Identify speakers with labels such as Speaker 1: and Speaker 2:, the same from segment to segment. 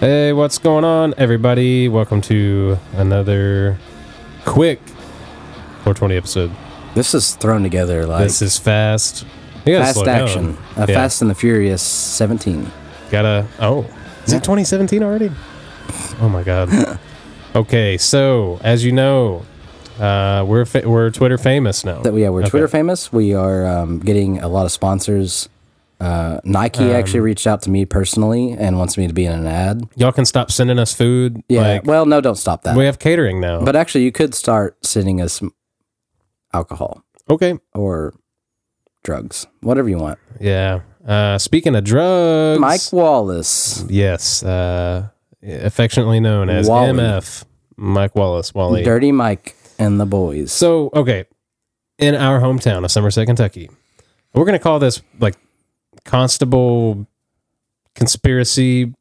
Speaker 1: Hey, what's going on, everybody? Welcome to another quick 420 episode.
Speaker 2: This is thrown together like
Speaker 1: this is fast. You gotta slow
Speaker 2: fast
Speaker 1: down.
Speaker 2: action. A
Speaker 1: Yeah.
Speaker 2: Fast and the Furious 17.
Speaker 1: Gotta. Oh, is
Speaker 2: Yeah.
Speaker 1: it 2017 already? Oh my god. okay, so as you know, uh, we're fa- we're Twitter famous now.
Speaker 2: That yeah, we're
Speaker 1: Okay.
Speaker 2: Twitter famous. We are um, getting a lot of sponsors. Uh, Nike
Speaker 1: Um,
Speaker 2: actually reached out to me personally and wants me to be in an ad.
Speaker 1: Y'all can stop sending us food.
Speaker 2: Yeah.
Speaker 1: like,
Speaker 2: well, no, don't stop that.
Speaker 1: we have catering now.
Speaker 2: But actually, you could start sending us alcohol
Speaker 1: okay,
Speaker 2: or drugs, whatever you want.
Speaker 1: yeah. Uh, speaking of drugs,
Speaker 2: Mike Wallace,
Speaker 1: Yes, uh, affectionately known as
Speaker 2: Wally.
Speaker 1: MF Mike Wallace Wally.
Speaker 2: Dirty Mike, and the boys.
Speaker 1: So okay, in our hometown of Somerset, Kentucky, we're gonna call this like Constable Conspiracy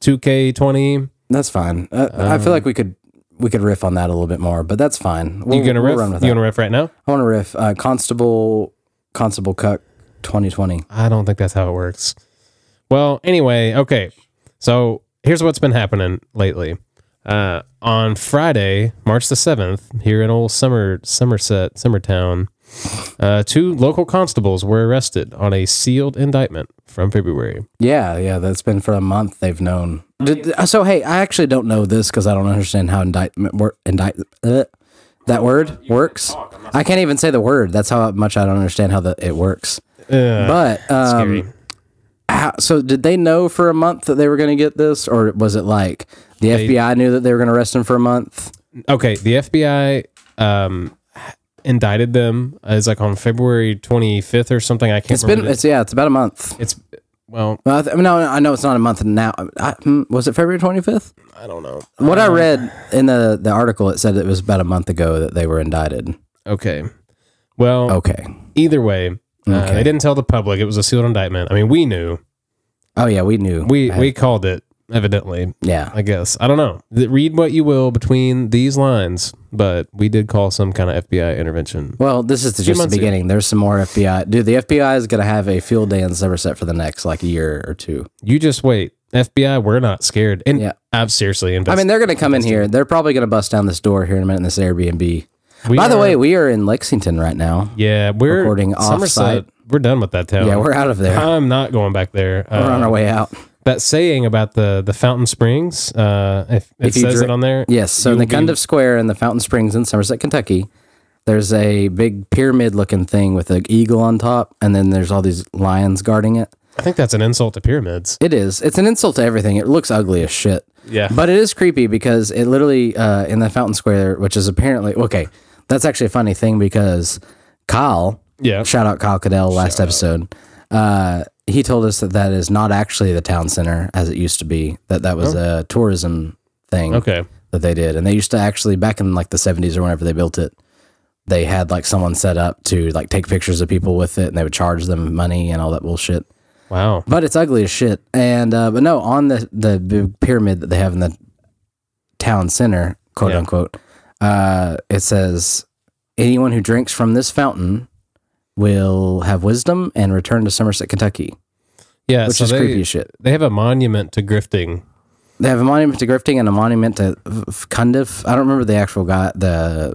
Speaker 1: Two K Twenty.
Speaker 2: that's fine. Uh, I feel like we could we could riff on that a little bit more, but that's fine.
Speaker 1: Um,
Speaker 2: We'll,
Speaker 1: You gonna
Speaker 2: we'll
Speaker 1: riff?
Speaker 2: run with
Speaker 1: you
Speaker 2: that.
Speaker 1: gonna riff right now?
Speaker 2: I want to riff uh, Constable Constable Cuck 2020.
Speaker 1: I don't think that's how it works. Well, anyway, okay. So here's what's been happening lately. Uh, on Friday, March the seventh, here in old Summer Somerset, Summertown, uh, two local constables were arrested on a sealed indictment from February.
Speaker 2: Yeah, yeah, that's been for a month. They've known. Did, uh, so hey, I actually don't know this because I don't understand how indictment work. Indict uh, that word works. I can't even say the word. That's how much I don't understand how the, it works.
Speaker 1: Uh,
Speaker 2: But
Speaker 1: scary.
Speaker 2: um, how, so did they know for a month that they were going to get this, or was it like the FBI knew that they were going to arrest him for a month?
Speaker 1: okay, the FBI um, indicted them as like on February 25th or something. I can't
Speaker 2: It's
Speaker 1: remember.
Speaker 2: been
Speaker 1: the-
Speaker 2: it's yeah, it's about a month.
Speaker 1: it's well,
Speaker 2: Well, I th- no, I know it's not a month now. I, hmm, was it February twenty fifth?
Speaker 1: I don't know.
Speaker 2: What I read in the, the article, it said it was about a month ago that they were indicted.
Speaker 1: Okay. Well,
Speaker 2: Okay.
Speaker 1: either way, uh,
Speaker 2: Okay.
Speaker 1: they didn't tell the public. It was a sealed indictment. I mean, we knew.
Speaker 2: Oh yeah, we knew.
Speaker 1: We
Speaker 2: I-
Speaker 1: we called it. Evidently,
Speaker 2: yeah.
Speaker 1: I guess. I don't know. Th- Read what you will between these lines, but we did call some kind of FBI intervention.
Speaker 2: Well, this is just the
Speaker 1: months ago.
Speaker 2: beginning. There's some more FBI. Dude, the FBI is gonna have a field day in Somerset for the next like year or two.
Speaker 1: You just wait. FBI, we're not scared. And
Speaker 2: Yeah.
Speaker 1: I'm seriously
Speaker 2: I mean,
Speaker 1: invested.
Speaker 2: they're gonna come in here. They're probably gonna bust down this door here in a minute in this Airbnb.
Speaker 1: We
Speaker 2: By the
Speaker 1: are-
Speaker 2: way, we are in Lexington right now.
Speaker 1: yeah, we're
Speaker 2: recording
Speaker 1: Somerset,
Speaker 2: offsite.
Speaker 1: We're done with that town.
Speaker 2: Yeah, we're out of there.
Speaker 1: I'm not going back there.
Speaker 2: we're on
Speaker 1: Uh,
Speaker 2: our way out.
Speaker 1: that saying about the the fountain springs. Uh, if, it
Speaker 2: If you
Speaker 1: says
Speaker 2: dri-
Speaker 1: it on there.
Speaker 2: Yes. So in
Speaker 1: you'll
Speaker 2: the
Speaker 1: be-
Speaker 2: Cundiff Square in the Fountain Springs in Somerset, Kentucky, there's a big pyramid looking thing with an eagle on top, and then there's all these lions guarding it.
Speaker 1: I think that's an insult to pyramids.
Speaker 2: It is. It's an insult to everything. It looks ugly as shit.
Speaker 1: Yeah.
Speaker 2: But it is creepy because it literally uh, in the Fountain Square, which is apparently okay. That's actually a funny thing because Kyle,
Speaker 1: Yeah.
Speaker 2: shout out Kyle Cadell last episode. Uh, he told us that that is not actually the town center as it used to be. That that was a tourism thing
Speaker 1: Oh. Okay.
Speaker 2: that they did. And they used to actually back in like the 70s or whenever they built it, they had like someone set up to like take pictures of people with it and they would charge them money and all that bullshit.
Speaker 1: Wow.
Speaker 2: But it's ugly as shit. And uh, but no, on the the big pyramid that they have in the town center, quote
Speaker 1: Yeah.
Speaker 2: unquote, uh, it says anyone who drinks from this fountain will have wisdom and return to Somerset, Kentucky,
Speaker 1: Yeah.
Speaker 2: which
Speaker 1: Uh, so
Speaker 2: is
Speaker 1: they,
Speaker 2: creepy as shit.
Speaker 1: They have a monument to grifting.
Speaker 2: They have a monument to grifting and a monument to F- Cundiff. I don't remember the actual guy, the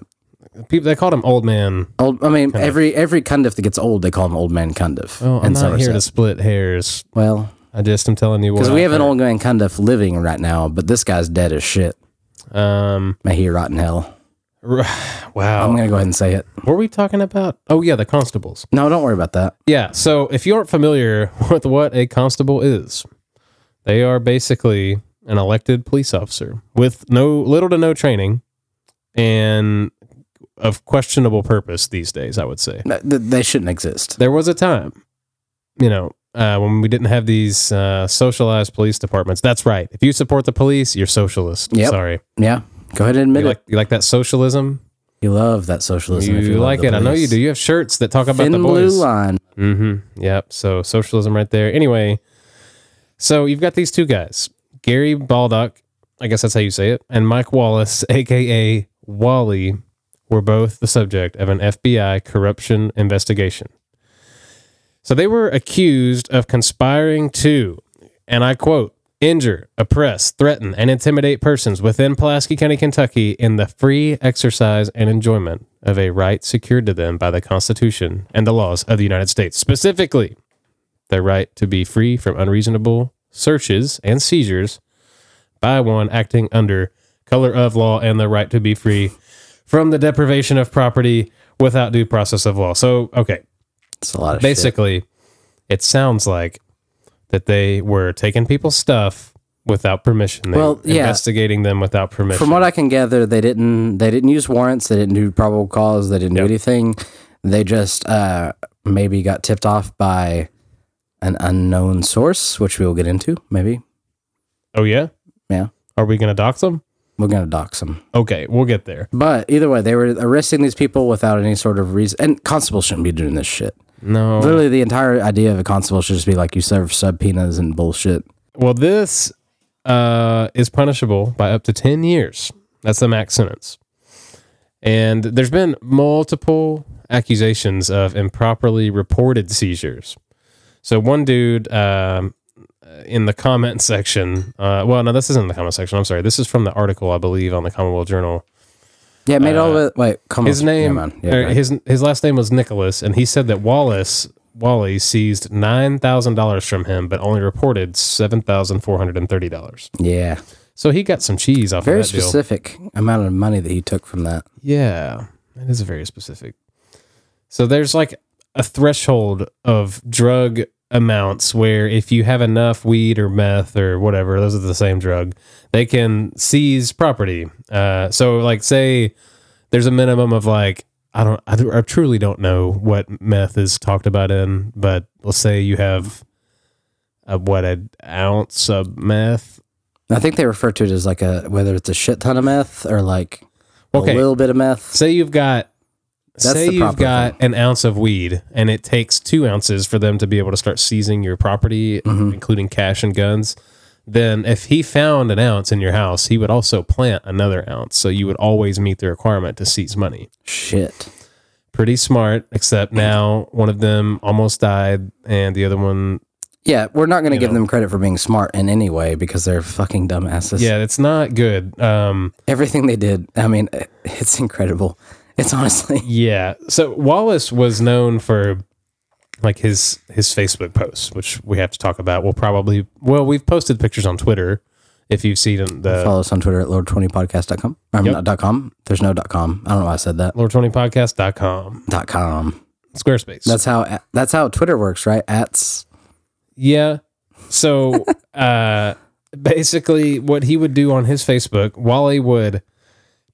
Speaker 1: People they called him old man.
Speaker 2: Old, I mean, every every Cundiff that gets old, they call him Old Man Cundiff.
Speaker 1: Oh, I'm
Speaker 2: in
Speaker 1: not
Speaker 2: Somerset.
Speaker 1: here to split hairs.
Speaker 2: well,
Speaker 1: I just am telling you
Speaker 2: because
Speaker 1: what
Speaker 2: we
Speaker 1: I
Speaker 2: have an
Speaker 1: heard.
Speaker 2: Old Man Cundiff living right now, but this guy's dead as shit.
Speaker 1: um.
Speaker 2: May he rot in hell.
Speaker 1: Wow.
Speaker 2: I'm
Speaker 1: Oh.
Speaker 2: gonna go ahead and say it.
Speaker 1: Were we talking about? Oh yeah, the constables.
Speaker 2: No, don't worry about that.
Speaker 1: Yeah. So if you aren't familiar with what a constable is, they are basically an elected police officer with no little to no training and of questionable purpose these days. I would say.
Speaker 2: No, th- They shouldn't exist.
Speaker 1: there was a time, you know, uh, when we didn't have these uh, socialized police departments. That's right. If you support the police, you're socialist.
Speaker 2: Yep.
Speaker 1: Sorry.
Speaker 2: Yeah, go ahead and
Speaker 1: You
Speaker 2: admit
Speaker 1: like, you like that socialism?
Speaker 2: it. You love that socialism.
Speaker 1: You,
Speaker 2: if you love
Speaker 1: like
Speaker 2: the
Speaker 1: it. I know
Speaker 2: police.
Speaker 1: you do. You have shirts that talk about
Speaker 2: Thin
Speaker 1: the
Speaker 2: blue
Speaker 1: boys.
Speaker 2: line.
Speaker 1: Mm-hmm. Yep. So socialism right there. Anyway, so you've got these two guys, Gary Baldock I guess that's how you say it, and Mike Wallace, aka Wally, were both the subject of an FBI corruption investigation. So they were accused of conspiring to, and I quote, injure, oppress, threaten, and intimidate persons within Pulaski County, Kentucky in the free exercise and enjoyment of a right secured to them by the Constitution and the laws of the United States, specifically their right to be free from unreasonable searches and seizures by one acting under color of law and the right to be free from the deprivation of property without due process of law. So, okay,
Speaker 2: It's a lot of shit.
Speaker 1: basically it sounds like that they were taking people's stuff without permission they
Speaker 2: Well,
Speaker 1: were
Speaker 2: yeah.
Speaker 1: investigating them without permission
Speaker 2: From what I can gather, they didn't they didn't use warrants. They didn't do probable cause. They didn't do anything. They just uh, maybe got tipped off by an unknown source, which we will get into. Maybe
Speaker 1: oh yeah
Speaker 2: Yeah.
Speaker 1: are we gonna dox them
Speaker 2: we're gonna dox them.
Speaker 1: okay we'll get there
Speaker 2: But either way, they were arresting these people without any sort of reason. And constables shouldn't be doing this shit.
Speaker 1: no
Speaker 2: Literally, the entire idea of a constable should just be like you serve subpoenas and bullshit.
Speaker 1: well this uh, is punishable by up to 10 years that's the max sentence and there's been multiple accusations of improperly reported seizures so one dude um, in the comment section. Uh, well, no, this isn't in the comment section. I'm sorry. This is from the article I believe on the Commonwealth Journal.
Speaker 2: Yeah, it made all the wait. Come
Speaker 1: Uh, His
Speaker 2: on,
Speaker 1: name,
Speaker 2: Yeah, man. Oh, Yeah,
Speaker 1: or
Speaker 2: go ahead.
Speaker 1: his his last name was Nicholas, and he said that Wallace Wally seized nine thousand dollars from him, but only reported seven thousand four hundred and thirty dollars.
Speaker 2: yeah.
Speaker 1: So he got some cheese off
Speaker 2: very
Speaker 1: of that deal.
Speaker 2: specific amount of money that he took from that.
Speaker 1: Yeah, it is very specific. So there's like a threshold of drug amounts where if you have enough weed or meth or whatever, those are the same drug, they can seize property. Uh, so like say there's a minimum of like I don't I, I truly don't know what meth is talked about in, but let's say you have a, what an ounce of meth.
Speaker 2: I think they refer to it as like a whether it's a shit ton of meth or like
Speaker 1: Okay.
Speaker 2: a little bit of meth.
Speaker 1: say you've got
Speaker 2: That's
Speaker 1: say
Speaker 2: the
Speaker 1: you've
Speaker 2: proper
Speaker 1: got an ounce of weed and it takes two ounces for them to be able to start seizing your property
Speaker 2: Mm-hmm.
Speaker 1: including cash and guns then if he found an ounce in your house he would also plant another ounce so you would always meet the requirement to seize money
Speaker 2: Shit.
Speaker 1: pretty smart except now one of them almost died and the other one
Speaker 2: Yeah, we're not going to give them credit for being smart in any way because they're fucking dumbasses.
Speaker 1: yeah it's not good um
Speaker 2: Everything they did, I mean, it's incredible. It's honestly,
Speaker 1: Yeah. So Wallace was known for like his his Facebook posts, which we have to talk about. We'll probably well, we've posted pictures on Twitter if you've seen the
Speaker 2: follow us on Twitter at lord20podcast.com. I'm not dot .com. There's no dot .com. I don't know why I said that.
Speaker 1: Lord20podcast.com.
Speaker 2: Dot .com.
Speaker 1: Squarespace.
Speaker 2: That's how that's how Twitter works, right? Ats.
Speaker 1: Yeah. So uh basically what he would do on his Facebook, Wally would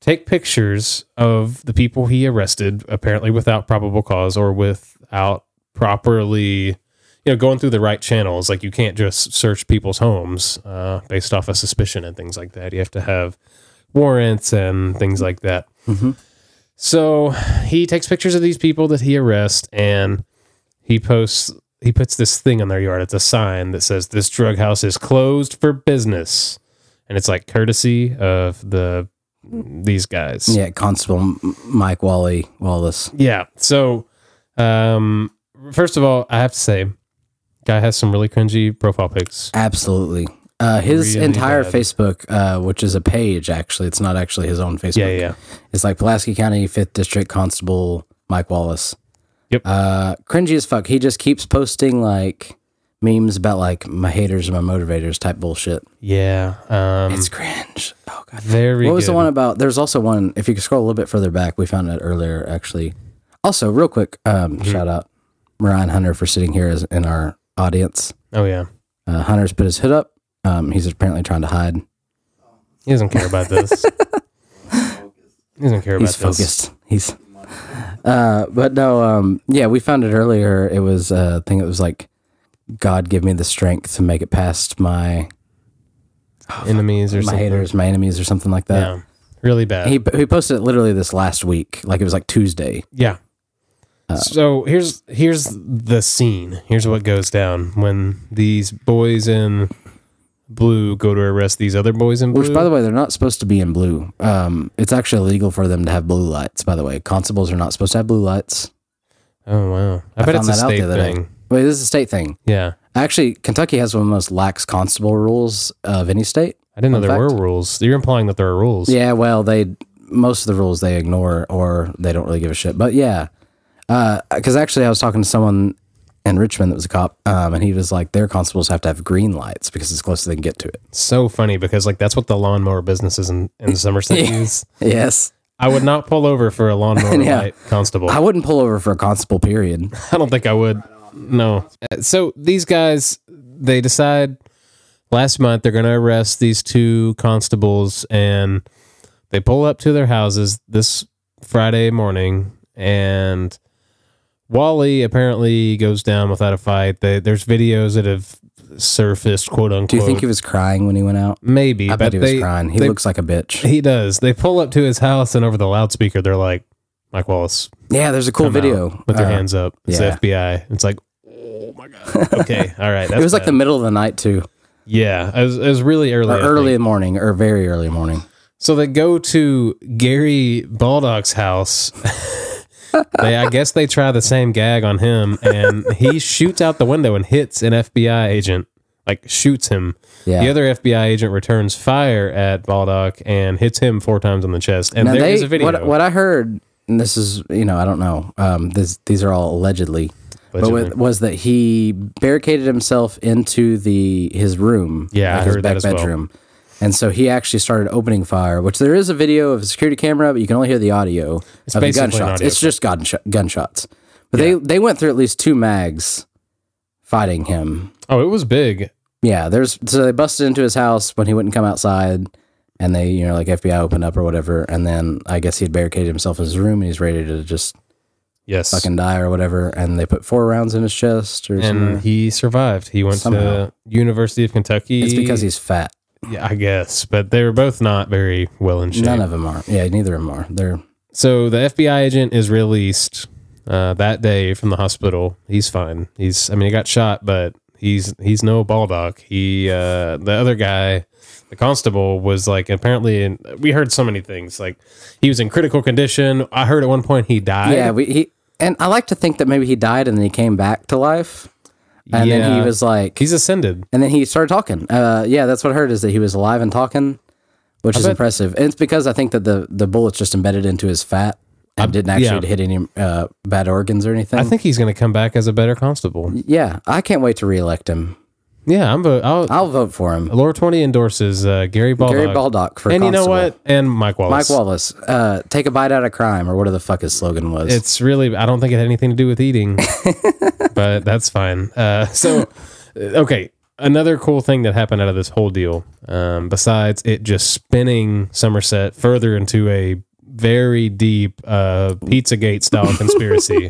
Speaker 1: take pictures of the people he arrested, apparently without probable cause or without properly you know, going through the right channels. Like you can't just search people's homes uh based off of suspicion and things like that. You have to have warrants and things like that.
Speaker 2: Mhm.
Speaker 1: So he takes pictures of these people that he arrests and he posts he puts this thing on their yard. It's a sign that says this drug house is closed for business. And it's like courtesy of the these guys.
Speaker 2: Yeah, Constable M- Mike Wally Wallace.
Speaker 1: Yeah. So, um, first of all, I have to say, guy has some really cringy profile pics.
Speaker 2: Absolutely. Uh, his
Speaker 1: Really
Speaker 2: entire
Speaker 1: bad.
Speaker 2: Facebook, uh, which is a page actually, it's not actually his own Facebook.
Speaker 1: Yeah, yeah.
Speaker 2: It's like Pulaski County Fifth District Constable Mike Wallace.
Speaker 1: Yep.
Speaker 2: Uh, cringy as fuck. He just keeps posting like memes about like my haters and my motivators type bullshit.
Speaker 1: Mm. Yeah. Um,
Speaker 2: It's cringe. Oh god.
Speaker 1: very.
Speaker 2: What was
Speaker 1: good.
Speaker 2: the one about? There's also one. If you could scroll a little bit further back, we found it earlier actually. Also, real quick, um,
Speaker 1: Mm-hmm.
Speaker 2: shout out Ryan Hunter for sitting here as in our audience.
Speaker 1: Oh yeah.
Speaker 2: Uh, Hunter's put his hood up. Um, he's apparently trying to hide.
Speaker 1: He doesn't care about this. he doesn't care about
Speaker 2: He's
Speaker 1: this.
Speaker 2: focused. He's. Uh, but no, um, yeah, we found it earlier. It was a thing. It was like, God, give me the strength to make it past my
Speaker 1: Enemies or
Speaker 2: my
Speaker 1: something.
Speaker 2: haters, my enemies, or something like that.
Speaker 1: Yeah. Really bad.
Speaker 2: He he posted it literally this last week. Like it was like Tuesday.
Speaker 1: Yeah.
Speaker 2: Uh,
Speaker 1: so here's here's the scene. Here's what goes down when these boys in blue go to arrest these other boys in blue.
Speaker 2: Which, by the way, they're not supposed to be in blue. Um, it's actually illegal for them to have blue lights. By the way, constables are not supposed to have blue lights.
Speaker 1: oh wow, I, bet it's a state
Speaker 2: day.
Speaker 1: thing.
Speaker 2: Wait, this is a state thing.
Speaker 1: Yeah,
Speaker 2: Actually, Kentucky has one of the most lax constable rules of any state.
Speaker 1: I didn't know
Speaker 2: Fun
Speaker 1: there
Speaker 2: fact.
Speaker 1: were rules. You're implying that there are rules.
Speaker 2: Yeah, well, they most of the rules they ignore or they don't really give a shit. But yeah, because actually, I was talking to someone in Richmond that was a cop, um, and he was like, their constables have to have green lights because it's close they can get to it.
Speaker 1: It's so funny because like that's what the lawnmower businesses in in Somerset use.
Speaker 2: Yes,
Speaker 1: I would not pull over for a lawnmower
Speaker 2: Yeah.
Speaker 1: light constable.
Speaker 2: I wouldn't pull over for a constable. Period.
Speaker 1: I don't think I would. No. Uh, So these guys, they decide last month they're going to arrest these two constables, and they pull up to their houses this Friday morning, and Wally apparently goes down without a fight. They, there's videos that have surfaced, quote unquote.
Speaker 2: Do you think he was crying when he went out?
Speaker 1: Maybe,
Speaker 2: I
Speaker 1: but
Speaker 2: bet he was
Speaker 1: they,
Speaker 2: crying. He
Speaker 1: they-
Speaker 2: looks like a bitch.
Speaker 1: he does. They pull up to his house, and over the loudspeaker, they're like, "Mike Wallace,
Speaker 2: Yeah, there's a cool
Speaker 1: come out
Speaker 2: video.
Speaker 1: with their
Speaker 2: Uh,
Speaker 1: hands up. It's
Speaker 2: yeah.
Speaker 1: the FBI. It's like, oh my god. Okay, all right. That's
Speaker 2: It was like the
Speaker 1: bad.
Speaker 2: middle of the night too,
Speaker 1: yeah. It was, it was really early.
Speaker 2: or
Speaker 1: I
Speaker 2: early
Speaker 1: think.
Speaker 2: morning, or very early morning.
Speaker 1: So they go to Gary Baldock's house. they, I guess they try the same gag on him, and he shoots out the window and hits an FBI agent. Like shoots him.
Speaker 2: Yeah.
Speaker 1: The other FBI agent returns fire at Baldock and hits him four times on the chest. And
Speaker 2: Now
Speaker 1: there is
Speaker 2: they,
Speaker 1: a video.
Speaker 2: What, what I heard, and this is you know I don't know. Um, this these are all allegedly,
Speaker 1: Allegedly.
Speaker 2: but with, was that he barricaded himself into the his room,
Speaker 1: Yeah, I
Speaker 2: his
Speaker 1: heard that as well.
Speaker 2: bedroom, and so he actually started opening fire. Which there is a video of a security camera, but you can only hear the audio of the
Speaker 1: basically an
Speaker 2: gunshots.
Speaker 1: audio
Speaker 2: It's just gunshot gunshots. But they they went through at least two mags fighting him.
Speaker 1: oh, it was big.
Speaker 2: Yeah, there's so they busted into his house when he wouldn't come outside, and they you know like FBI opened up or whatever, and then I guess he had barricaded himself in his room and he's ready to just
Speaker 1: Yes.
Speaker 2: fucking die or whatever, and they put four rounds in his chest or
Speaker 1: and
Speaker 2: something.
Speaker 1: he survived. He went
Speaker 2: Somehow.
Speaker 1: to University of Kentucky.
Speaker 2: It's because he's fat.
Speaker 1: yeah, I guess, but they were both not very well in shape.
Speaker 2: None of them are. Yeah, neither of them are. They're
Speaker 1: so the FBI agent is released uh, that day from the hospital. He's fine. He's I mean he got shot, but he's he's no baldock. He uh, the other guy, the constable was like apparently in, we heard so many things like he was in critical condition. I heard at one point he died.
Speaker 2: yeah. We he and I like to think that maybe he died and then he came back to life, and then he
Speaker 1: Yeah.
Speaker 2: was like,
Speaker 1: he's ascended.
Speaker 2: and then he started talking. Uh, yeah, that's what I heard is that he was alive and talking, which is impressive. And it's because I think that the the bullets just embedded into his fat and didn't actually
Speaker 1: yeah.
Speaker 2: hit any uh, bad organs or anything.
Speaker 1: I think he's going to come back as a better constable.
Speaker 2: yeah, I can't wait to reelect him.
Speaker 1: Yeah, I'm. vo- I'll,
Speaker 2: I'll vote for him.
Speaker 1: Laura 20 endorses uh, Gary Baldock.
Speaker 2: Gary Baldock for
Speaker 1: and you know
Speaker 2: constable.
Speaker 1: what? And Mike Wallace.
Speaker 2: Mike Wallace, uh, take a bite out of crime, or whatever the fuck his slogan was.
Speaker 1: It's really, I don't think it had anything to do with eating, but that's fine. Uh, so, uh, okay. Another cool thing that happened out of this whole deal, um, besides it just spinning Somerset further into a very deep uh, Pizzagate style conspiracy,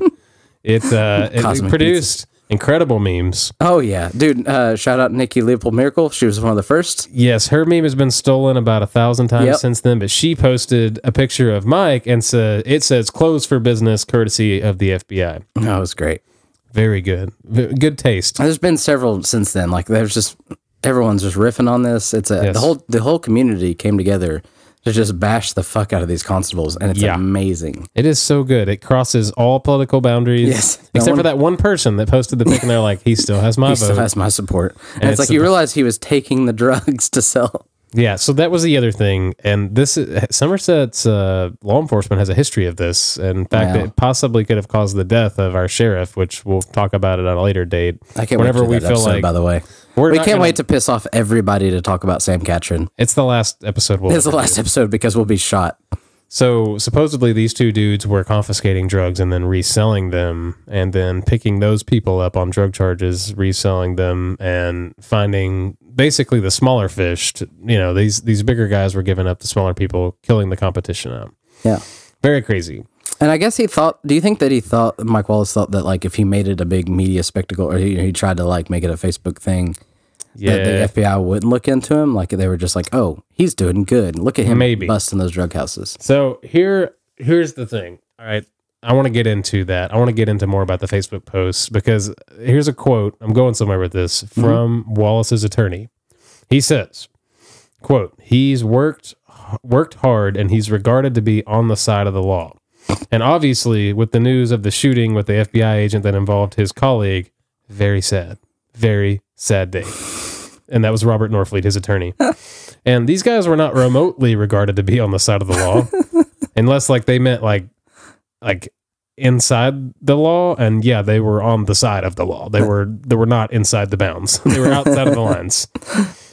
Speaker 1: it, uh, it
Speaker 2: Cosmic
Speaker 1: produced incredible memes.
Speaker 2: oh yeah, dude! Uh, shout out Nikki Leopold Miracle. She was one of the first.
Speaker 1: Yes, her meme has been stolen about a thousand times
Speaker 2: Yep.
Speaker 1: since then, but she posted a picture of Mike and said it says closed for business courtesy of the FBI.
Speaker 2: That was great.
Speaker 1: Very good. V- good taste.
Speaker 2: There's been several since then. Like there's just everyone's just riffing on this. It's a
Speaker 1: Yes.
Speaker 2: the whole the whole community came together to just bash the fuck out of these constables, and it's
Speaker 1: Yeah.
Speaker 2: amazing.
Speaker 1: It is so good. It crosses all political boundaries.
Speaker 2: Yes. No
Speaker 1: Except
Speaker 2: one-
Speaker 1: for that one person that posted the pic and they're like, he still has my
Speaker 2: He
Speaker 1: vote.
Speaker 2: still has my support, and, it's,
Speaker 1: it's
Speaker 2: like
Speaker 1: the-
Speaker 2: you realize he was taking the drugs to sell.
Speaker 1: yeah. So that was the other thing. And this is, Somerset's uh, law enforcement has a history of this. In fact,
Speaker 2: Wow.
Speaker 1: it possibly could have caused the death of our sheriff, which we'll talk about it on a later date.
Speaker 2: I can't
Speaker 1: Whenever
Speaker 2: wait to do
Speaker 1: we
Speaker 2: that
Speaker 1: feel
Speaker 2: episode,
Speaker 1: like
Speaker 2: by the way.
Speaker 1: we're
Speaker 2: we
Speaker 1: not
Speaker 2: can't
Speaker 1: gonna-
Speaker 2: wait to piss off everybody to talk about Sam Catron.
Speaker 1: It's the last episode we'll
Speaker 2: It's the last episode because we'll be shot.
Speaker 1: So supposedly these two dudes were confiscating drugs and then reselling them and then picking those people up on drug charges, reselling them and finding basically the smaller fish, to, you know, these these bigger guys were giving up the smaller people, killing the competition out.
Speaker 2: Yeah.
Speaker 1: Very crazy.
Speaker 2: And I guess he thought. Do you think that he thought Mike Wallace thought that like if he made it a big media spectacle or he, he tried to like make it a Facebook thing, that
Speaker 1: Yeah.
Speaker 2: the FBI wouldn't look into him? Like they were just like, oh, he's doing good. Look at him
Speaker 1: Maybe.
Speaker 2: busting those drug houses.
Speaker 1: So here here's the thing. All right. I want to get into that. I want to get into more about the Facebook posts because here's a quote. I'm going somewhere with this from Wallace's attorney. He says, quote, he's worked worked hard and he's regarded to be on the side of the law. And obviously, with the news of the shooting with the FBI agent that involved his colleague, very sad. Very sad day. And that was Robert Norfleet, his attorney. and these guys were not remotely regarded to be on the side of the law. unless like they meant like like inside the law and yeah they were on the side of the law they were they were not inside the bounds they were outside of the lines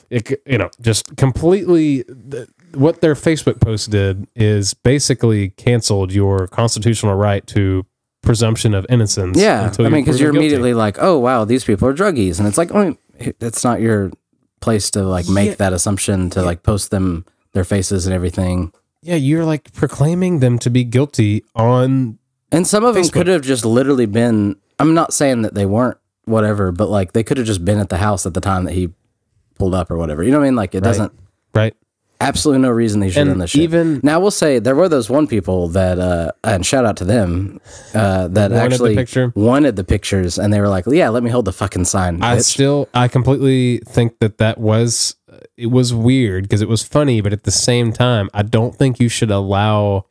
Speaker 1: it, c- you know just completely th- what their facebook post did is basically canceled your constitutional right to presumption of innocence
Speaker 2: Yeah, I
Speaker 1: you're
Speaker 2: mean, because you're
Speaker 1: proven guilty.
Speaker 2: immediately like, oh wow, these people are druggies, and it's like, oh, it's not your place to like make
Speaker 1: Yeah.
Speaker 2: that assumption to like post them their faces and everything.
Speaker 1: yeah you're like proclaiming them to be guilty on
Speaker 2: And some of them
Speaker 1: Facebook.
Speaker 2: could have just literally been. I'm not saying that they weren't whatever, but like they could have just been at the house at the time that he pulled up or whatever. You know what I mean? Like it doesn't
Speaker 1: right
Speaker 2: absolutely no reason they should have done this shit.
Speaker 1: even
Speaker 2: now we'll say there were those one people that uh and shout out to them uh that
Speaker 1: the
Speaker 2: actually
Speaker 1: picture.
Speaker 2: wanted the pictures and they were like yeah let me hold the fucking sign
Speaker 1: I
Speaker 2: bitch."
Speaker 1: still, I completely think that that was, it was weird because it was funny, but at the same time, I don't think you should allow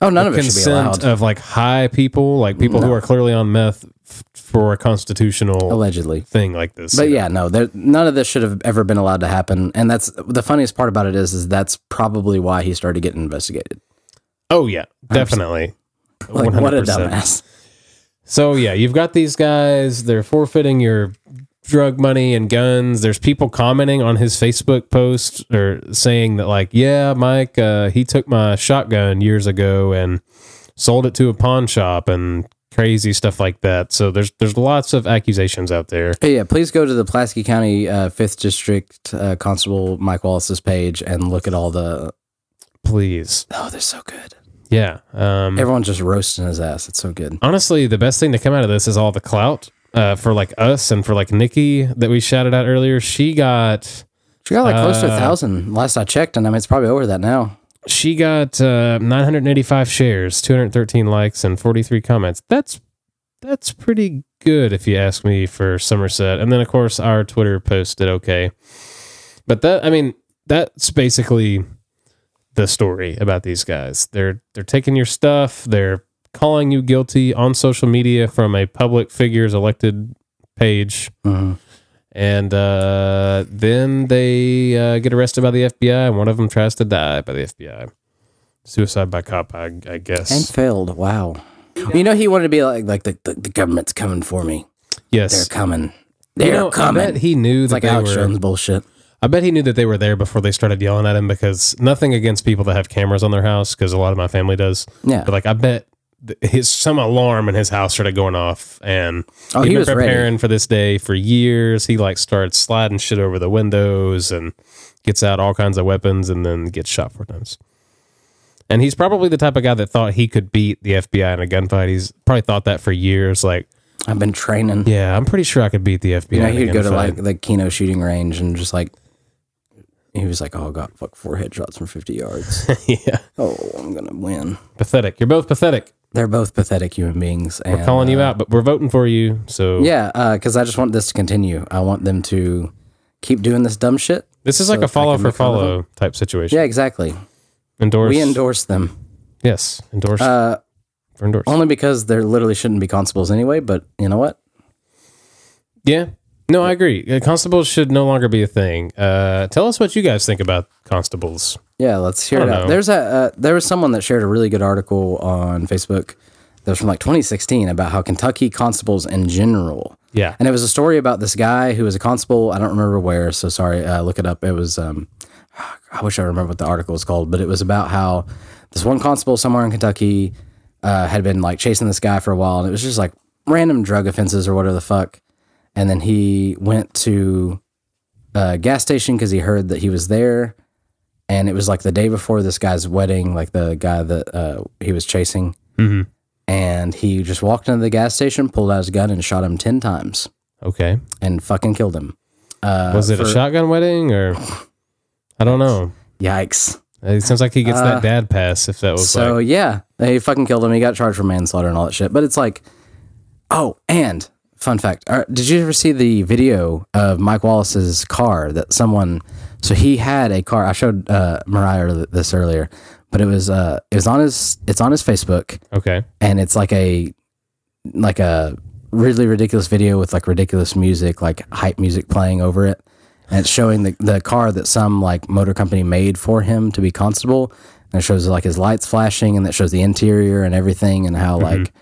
Speaker 2: oh none of it should be allowed
Speaker 1: consent of like high people, like people who are clearly on meth f- for a constitutional
Speaker 2: allegedly
Speaker 1: thing like this.
Speaker 2: but yeah no there none of this should have ever been allowed to happen and that's the funniest part about it is is that's probably why he started getting investigated
Speaker 1: oh yeah, definitely.
Speaker 2: like what a
Speaker 1: 100%.
Speaker 2: dumbass
Speaker 1: So yeah, you've got these guys, they're forfeiting your drug money and guns. There's people commenting on his Facebook post or saying that like, yeah, Mike, uh, he took my shotgun years ago and sold it to a pawn shop and crazy stuff like that. So there's there's lots of accusations out there.
Speaker 2: But yeah please go to the plasky county uh, 5th district uh, constable mike wallace's page and look at all the
Speaker 1: Please.
Speaker 2: oh they're so good
Speaker 1: Yeah. Um
Speaker 2: everyone's just roasting his ass it's so good
Speaker 1: honestly, the best thing to come out of this is all the clout. Uh, for like us and for like Nikki that we shouted out earlier, she got
Speaker 2: She got like close to a
Speaker 1: Uh,
Speaker 2: thousand last I checked, and I mean it's probably over that now.
Speaker 1: she got uh, 985 shares, 213 likes, and 43 comments. That's that's pretty good if you ask me for Somerset. And then of course our Twitter post did okay, but that I mean that's basically the story about these guys. They're they're taking your stuff. They're calling you guilty on social media from a public figure's elected page and uh, then they uh, get arrested by the FBI, and one of them tries to die by the FBI. Suicide by cop, I, I
Speaker 2: And
Speaker 1: guess.
Speaker 2: failed. Wow. You know he wanted to be like like the, the, the government's coming for me. They're
Speaker 1: yes,
Speaker 2: coming. They're
Speaker 1: You know, I bet
Speaker 2: coming.
Speaker 1: he knew
Speaker 2: It's
Speaker 1: that
Speaker 2: like
Speaker 1: they
Speaker 2: Alex
Speaker 1: were.
Speaker 2: Jones bullshit.
Speaker 1: I bet he knew that they were there before they started yelling at him because nothing against people that have cameras on their house, because a lot of my family does.
Speaker 2: Yeah.
Speaker 1: But like, I bet th- his some alarm in his house started going off, and
Speaker 2: Oh,
Speaker 1: he'd
Speaker 2: he
Speaker 1: been
Speaker 2: was ready.
Speaker 1: preparing for this day for years. He like starts sliding shit over the windows and gets out all kinds of weapons and then gets shot four times. And he's probably the type of guy that thought he could beat the FBI in a gunfight. He's probably thought that for years. Like,
Speaker 2: I've been training.
Speaker 1: yeah, I'm pretty sure I could beat the FBI.
Speaker 2: You know,
Speaker 1: in a
Speaker 2: he'd go to
Speaker 1: gunfight.
Speaker 2: like the Keno shooting range and just like he was like, Oh god, fuck four headshots from fifty yards.
Speaker 1: yeah,
Speaker 2: oh, I'm gonna win.
Speaker 1: pathetic. You're both pathetic.
Speaker 2: They're both pathetic human beings. And,
Speaker 1: We're calling
Speaker 2: uh,
Speaker 1: you out, but we're voting for you. So
Speaker 2: Yeah, because I just want this to continue. I want them to keep doing this dumb shit.
Speaker 1: this is
Speaker 2: So
Speaker 1: like a
Speaker 2: if I
Speaker 1: follow
Speaker 2: can
Speaker 1: for
Speaker 2: make fun of
Speaker 1: follow type situation.
Speaker 2: Yeah, exactly.
Speaker 1: Endorse.
Speaker 2: We endorse them.
Speaker 1: Yes, endorse.
Speaker 2: Uh,
Speaker 1: for endorse.
Speaker 2: only because there literally shouldn't be constables anyway, but you know what?
Speaker 1: Yeah. No, I agree. Uh, Constables should no longer be a thing. Uh, tell us what you guys think about constables.
Speaker 2: Yeah, let's hear
Speaker 1: I
Speaker 2: it
Speaker 1: don't
Speaker 2: out.
Speaker 1: know.
Speaker 2: There's a uh, there was someone that shared a really good article on Facebook that was from like 2016 about how Kentucky constables in general.
Speaker 1: Yeah.
Speaker 2: And it was a story about this guy who was a constable. I don't remember where, so sorry. Uh, look it up. It was um, I wish I remember what the article was called, but it was about how this one constable somewhere in Kentucky uh, had been like chasing this guy for a while, and it was just like random drug offenses or whatever the fuck. And then he went to a gas station because he heard that he was there, and it was like the day before this guy's wedding, like the guy that uh, he was chasing.
Speaker 1: Mhm.
Speaker 2: And he just walked into the gas station, pulled out his gun, and shot him ten times,
Speaker 1: Okay.
Speaker 2: and fucking killed him. Uh,
Speaker 1: Was it a
Speaker 2: for-
Speaker 1: shotgun wedding or? I don't know.
Speaker 2: Yikes!
Speaker 1: It sounds like he gets that dad pass if that was
Speaker 2: Uh, So
Speaker 1: like.
Speaker 2: yeah, they fucking killed him. He got charged for manslaughter and all that shit. But it's like, oh, and fun fact. Uh, Did you ever see the video of Mike Wallace's car that someone? So he had a car. I showed uh, Mariah earl- this earlier, but it was uh, it was on his it's on his Facebook,
Speaker 1: Okay.
Speaker 2: and it's like a like a really ridiculous video with like ridiculous music, like hype music playing over it. And it's showing the, the car that some like motor company made for him to be constable. And it shows like his lights flashing and it shows the interior and everything and how
Speaker 1: Mm-hmm.
Speaker 2: like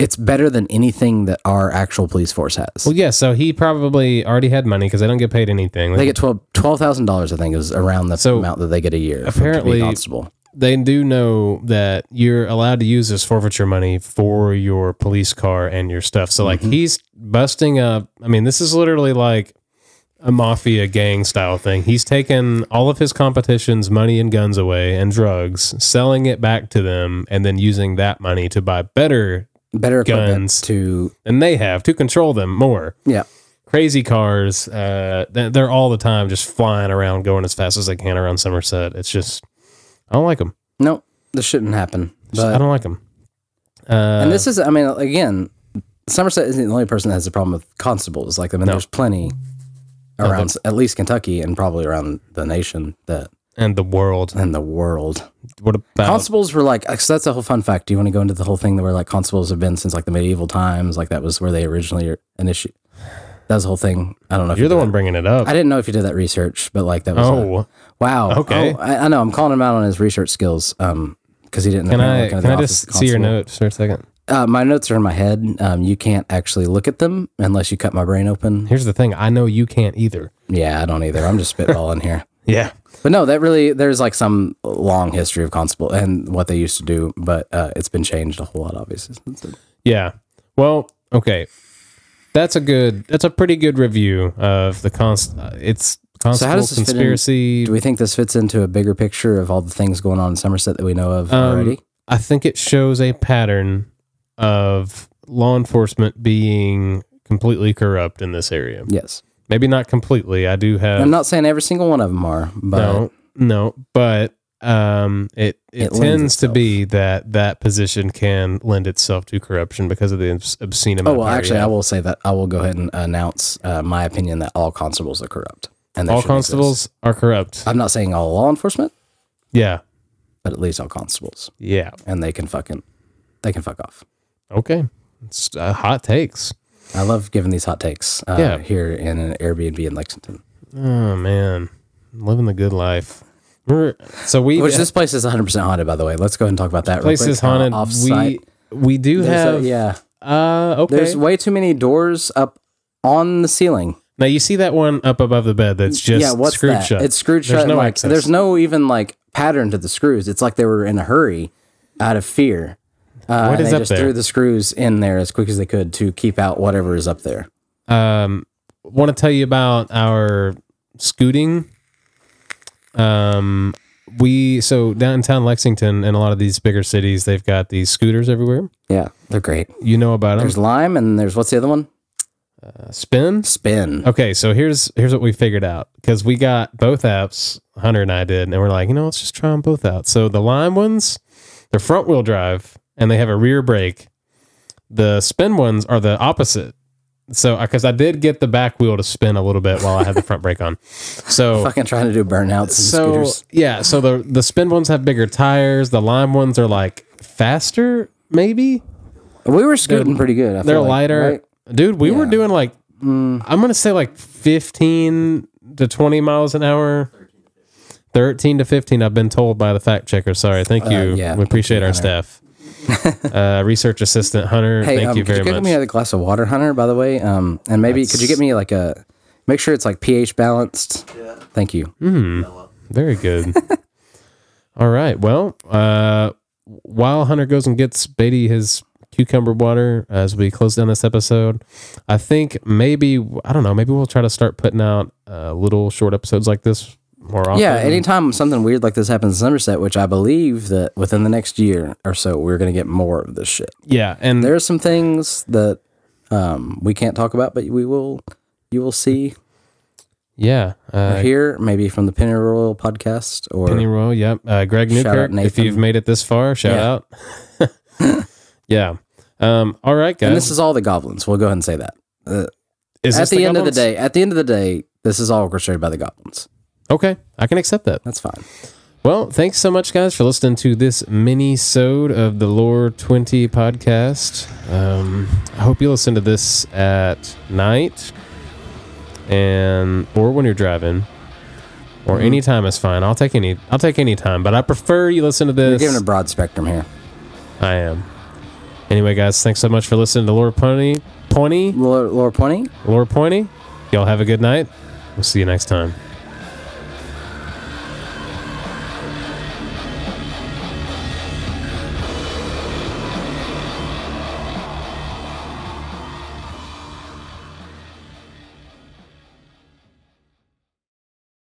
Speaker 2: it's better than anything that our actual police force has.
Speaker 1: Well, yeah. So he probably already had money because they don't get paid anything. Like,
Speaker 2: they get twelve twelve thousand dollars, I think, is around the
Speaker 1: So,
Speaker 2: amount that they get a year.
Speaker 1: apparently-
Speaker 2: from being constable.
Speaker 1: they do know that you're allowed to use this forfeiture money for your police car and your stuff. So like he's busting up. I mean, this is literally like a mafia gang style thing. He's taken all of his competition's money and guns away and drugs, selling it back to them, and then using that money to buy better
Speaker 2: Better equipment
Speaker 1: guns.
Speaker 2: to
Speaker 1: than they have to control them more.
Speaker 2: yeah.
Speaker 1: Crazy cars. Uh, they're they're all the time just flying around, going as fast as they can around Somerset. It's just, I don't like them.
Speaker 2: No, this shouldn't happen. But
Speaker 1: I don't like them. Uh,
Speaker 2: And this is, I mean, again, Somerset isn't the only person that has a problem with constables. Like, I mean, there's plenty around, at least Kentucky and probably around the nation that
Speaker 1: and the world.
Speaker 2: and the world.
Speaker 1: What about
Speaker 2: Constables were like, so that's a whole fun fact. Do you want to go into the whole thing that where like constables have been since like the medieval times? Like, that was where they originally initiated. That was the whole thing. I don't know. If
Speaker 1: you're
Speaker 2: you
Speaker 1: the
Speaker 2: did
Speaker 1: one bringing it up?
Speaker 2: that. I didn't know if you did that research, but like that was. a-
Speaker 1: oh,
Speaker 2: wow.
Speaker 1: Okay.
Speaker 2: Oh, I, I know. I'm calling him out on his research skills. Um, because he didn't.
Speaker 1: can
Speaker 2: apparently
Speaker 1: I
Speaker 2: look into
Speaker 1: can I
Speaker 2: the office
Speaker 1: just
Speaker 2: of
Speaker 1: see your
Speaker 2: constable.
Speaker 1: notes for a second?
Speaker 2: Uh, my notes are in my head. Um, you can't actually look at them unless you cut my brain open.
Speaker 1: Here's the thing. I know you can't either.
Speaker 2: Yeah, I don't either. I'm just spitballing here.
Speaker 1: Yeah.
Speaker 2: But no, that really there's like some long history of constable and what they used to do, but uh, it's been changed a whole lot, obviously. since then.
Speaker 1: Yeah. Well, okay. That's a good. That's a pretty good review of the const. uh, It's
Speaker 2: So
Speaker 1: constable
Speaker 2: how does this fit in-
Speaker 1: conspiracy.
Speaker 2: Do we think this fits into a bigger picture of all the things going on in Somerset that we know
Speaker 1: Um,
Speaker 2: of already?
Speaker 1: I think it shows a pattern of law enforcement being completely corrupt in this area.
Speaker 2: Yes.
Speaker 1: Maybe not completely. I do have
Speaker 2: I'm not saying every single one of them are, but oh,
Speaker 1: no, no, but um, it it,
Speaker 2: It lends
Speaker 1: tends to
Speaker 2: itself.
Speaker 1: be that that position can lend itself to corruption because of the obs- obscene
Speaker 2: oh
Speaker 1: amount.
Speaker 2: well,
Speaker 1: of power you
Speaker 2: actually, I
Speaker 1: have.
Speaker 2: will say that I will go ahead and announce uh, my opinion that all constables are corrupt, and they
Speaker 1: all
Speaker 2: shouldn't exist.
Speaker 1: constables are corrupt.
Speaker 2: I'm not saying all law enforcement,
Speaker 1: Yeah,
Speaker 2: but at least all constables.
Speaker 1: yeah.
Speaker 2: and they can fucking they can fuck off.
Speaker 1: Okay, it's uh, hot takes.
Speaker 2: I love giving these hot takes uh,
Speaker 1: Yeah.
Speaker 2: here in an Airbnb in Lexington,
Speaker 1: Oh man, living the good life. We're, so we
Speaker 2: which
Speaker 1: this
Speaker 2: this place is 100% haunted, by the way. Let's go ahead and talk about that.
Speaker 1: place
Speaker 2: real quick.
Speaker 1: is haunted.
Speaker 2: Uh,
Speaker 1: we
Speaker 2: off-site.
Speaker 1: we do
Speaker 2: There's
Speaker 1: have
Speaker 2: a- yeah.
Speaker 1: uh okay.
Speaker 2: There's way too many doors up on the ceiling.
Speaker 1: now you see that one up above the bed that's just
Speaker 2: yeah, what's
Speaker 1: screwed
Speaker 2: that?
Speaker 1: shut.
Speaker 2: It's screwed
Speaker 1: There's
Speaker 2: shut.
Speaker 1: no
Speaker 2: like,
Speaker 1: access.
Speaker 2: There's no even like pattern to the screws. It's like they were in a hurry, out of fear. Uh,
Speaker 1: What
Speaker 2: and
Speaker 1: is
Speaker 2: they
Speaker 1: up
Speaker 2: just
Speaker 1: there?
Speaker 2: threw the screws in there as quick as they could to keep out whatever is up there.
Speaker 1: um, want to tell you about our scooting. Um, we so downtown Lexington and a lot of these bigger cities, they've got these scooters everywhere.
Speaker 2: Yeah, they're great.
Speaker 1: You know about them.
Speaker 2: There's lime, and there's what's the other one?
Speaker 1: Uh, spin.
Speaker 2: Spin.
Speaker 1: Okay, so here's here's what we figured out because we got both apps. Hunter and I did, and we're like, you know, let's just try them both out. So the Lime ones, they're front wheel drive, and they have a rear brake. The Spin ones are the opposite. So because I did get the back wheel to spin a little bit while I had the front brake on. So
Speaker 2: fucking trying to do burnouts and
Speaker 1: so
Speaker 2: scooters.
Speaker 1: yeah, so the the Spin ones have bigger tires. The Lime ones are like faster, maybe.
Speaker 2: We were scooting pretty good. I
Speaker 1: They're
Speaker 2: feel like,
Speaker 1: lighter.
Speaker 2: right? Mm.
Speaker 1: Dude, we were doing like I'm gonna say like 15 to 20 miles an hour. 13 to 15. I've been told by the fact checker. Sorry, thank you.
Speaker 2: Uh, yeah.
Speaker 1: we appreciate our staff. uh, research assistant Hunter,
Speaker 2: Hey,
Speaker 1: thank
Speaker 2: um,
Speaker 1: you
Speaker 2: could
Speaker 1: very
Speaker 2: you get
Speaker 1: much.
Speaker 2: me a glass of water, Hunter? By the way, um, and maybe could you get me like a make sure it's like pH balanced? Yeah. Thank you.
Speaker 1: very good. All right. Well, uh, while Hunter goes and gets Beatty his cucumber water as we close down this episode, I think maybe I don't know. Maybe we'll try to start putting out uh, little short episodes like this more often.
Speaker 2: Yeah. Anytime something weird like this happens in Somerset, which I believe that within the next year or so, we're gonna get more of this shit.
Speaker 1: yeah, and
Speaker 2: There are some things that um, we can't talk about, but we will. You will see
Speaker 1: Yeah. Uh,
Speaker 2: here, maybe from the Pennyroyal podcast or
Speaker 1: Penny Royal. Yep. Uh, Greg
Speaker 2: Shout out
Speaker 1: Newkirk. If
Speaker 2: Nathan.
Speaker 1: you've made it this far, shout
Speaker 2: Yeah.
Speaker 1: out. yeah. Um, all right, guys.
Speaker 2: And this is all the goblins. We'll go ahead and say that.
Speaker 1: Is
Speaker 2: at
Speaker 1: this
Speaker 2: the, end of
Speaker 1: goblins?
Speaker 2: the day, at the end of the day, this is all orchestrated by the goblins.
Speaker 1: Okay, I can accept that.
Speaker 2: That's fine.
Speaker 1: Well, thanks so much, guys, for listening to this mini sode of the Lore 20 podcast. Um, I hope you listen to this at night and or when you're driving. Or
Speaker 2: Mm-hmm.
Speaker 1: any time is fine. I'll take any I'll take any time, but I prefer you listen to
Speaker 2: You're
Speaker 1: this.
Speaker 2: giving a broad spectrum here.
Speaker 1: I am. Anyway, guys, thanks so much for listening to Lore Pony Pony.
Speaker 2: Laura, Laura Pointy,
Speaker 1: Lore Pointy. Y'all have a good night. We'll see you next time.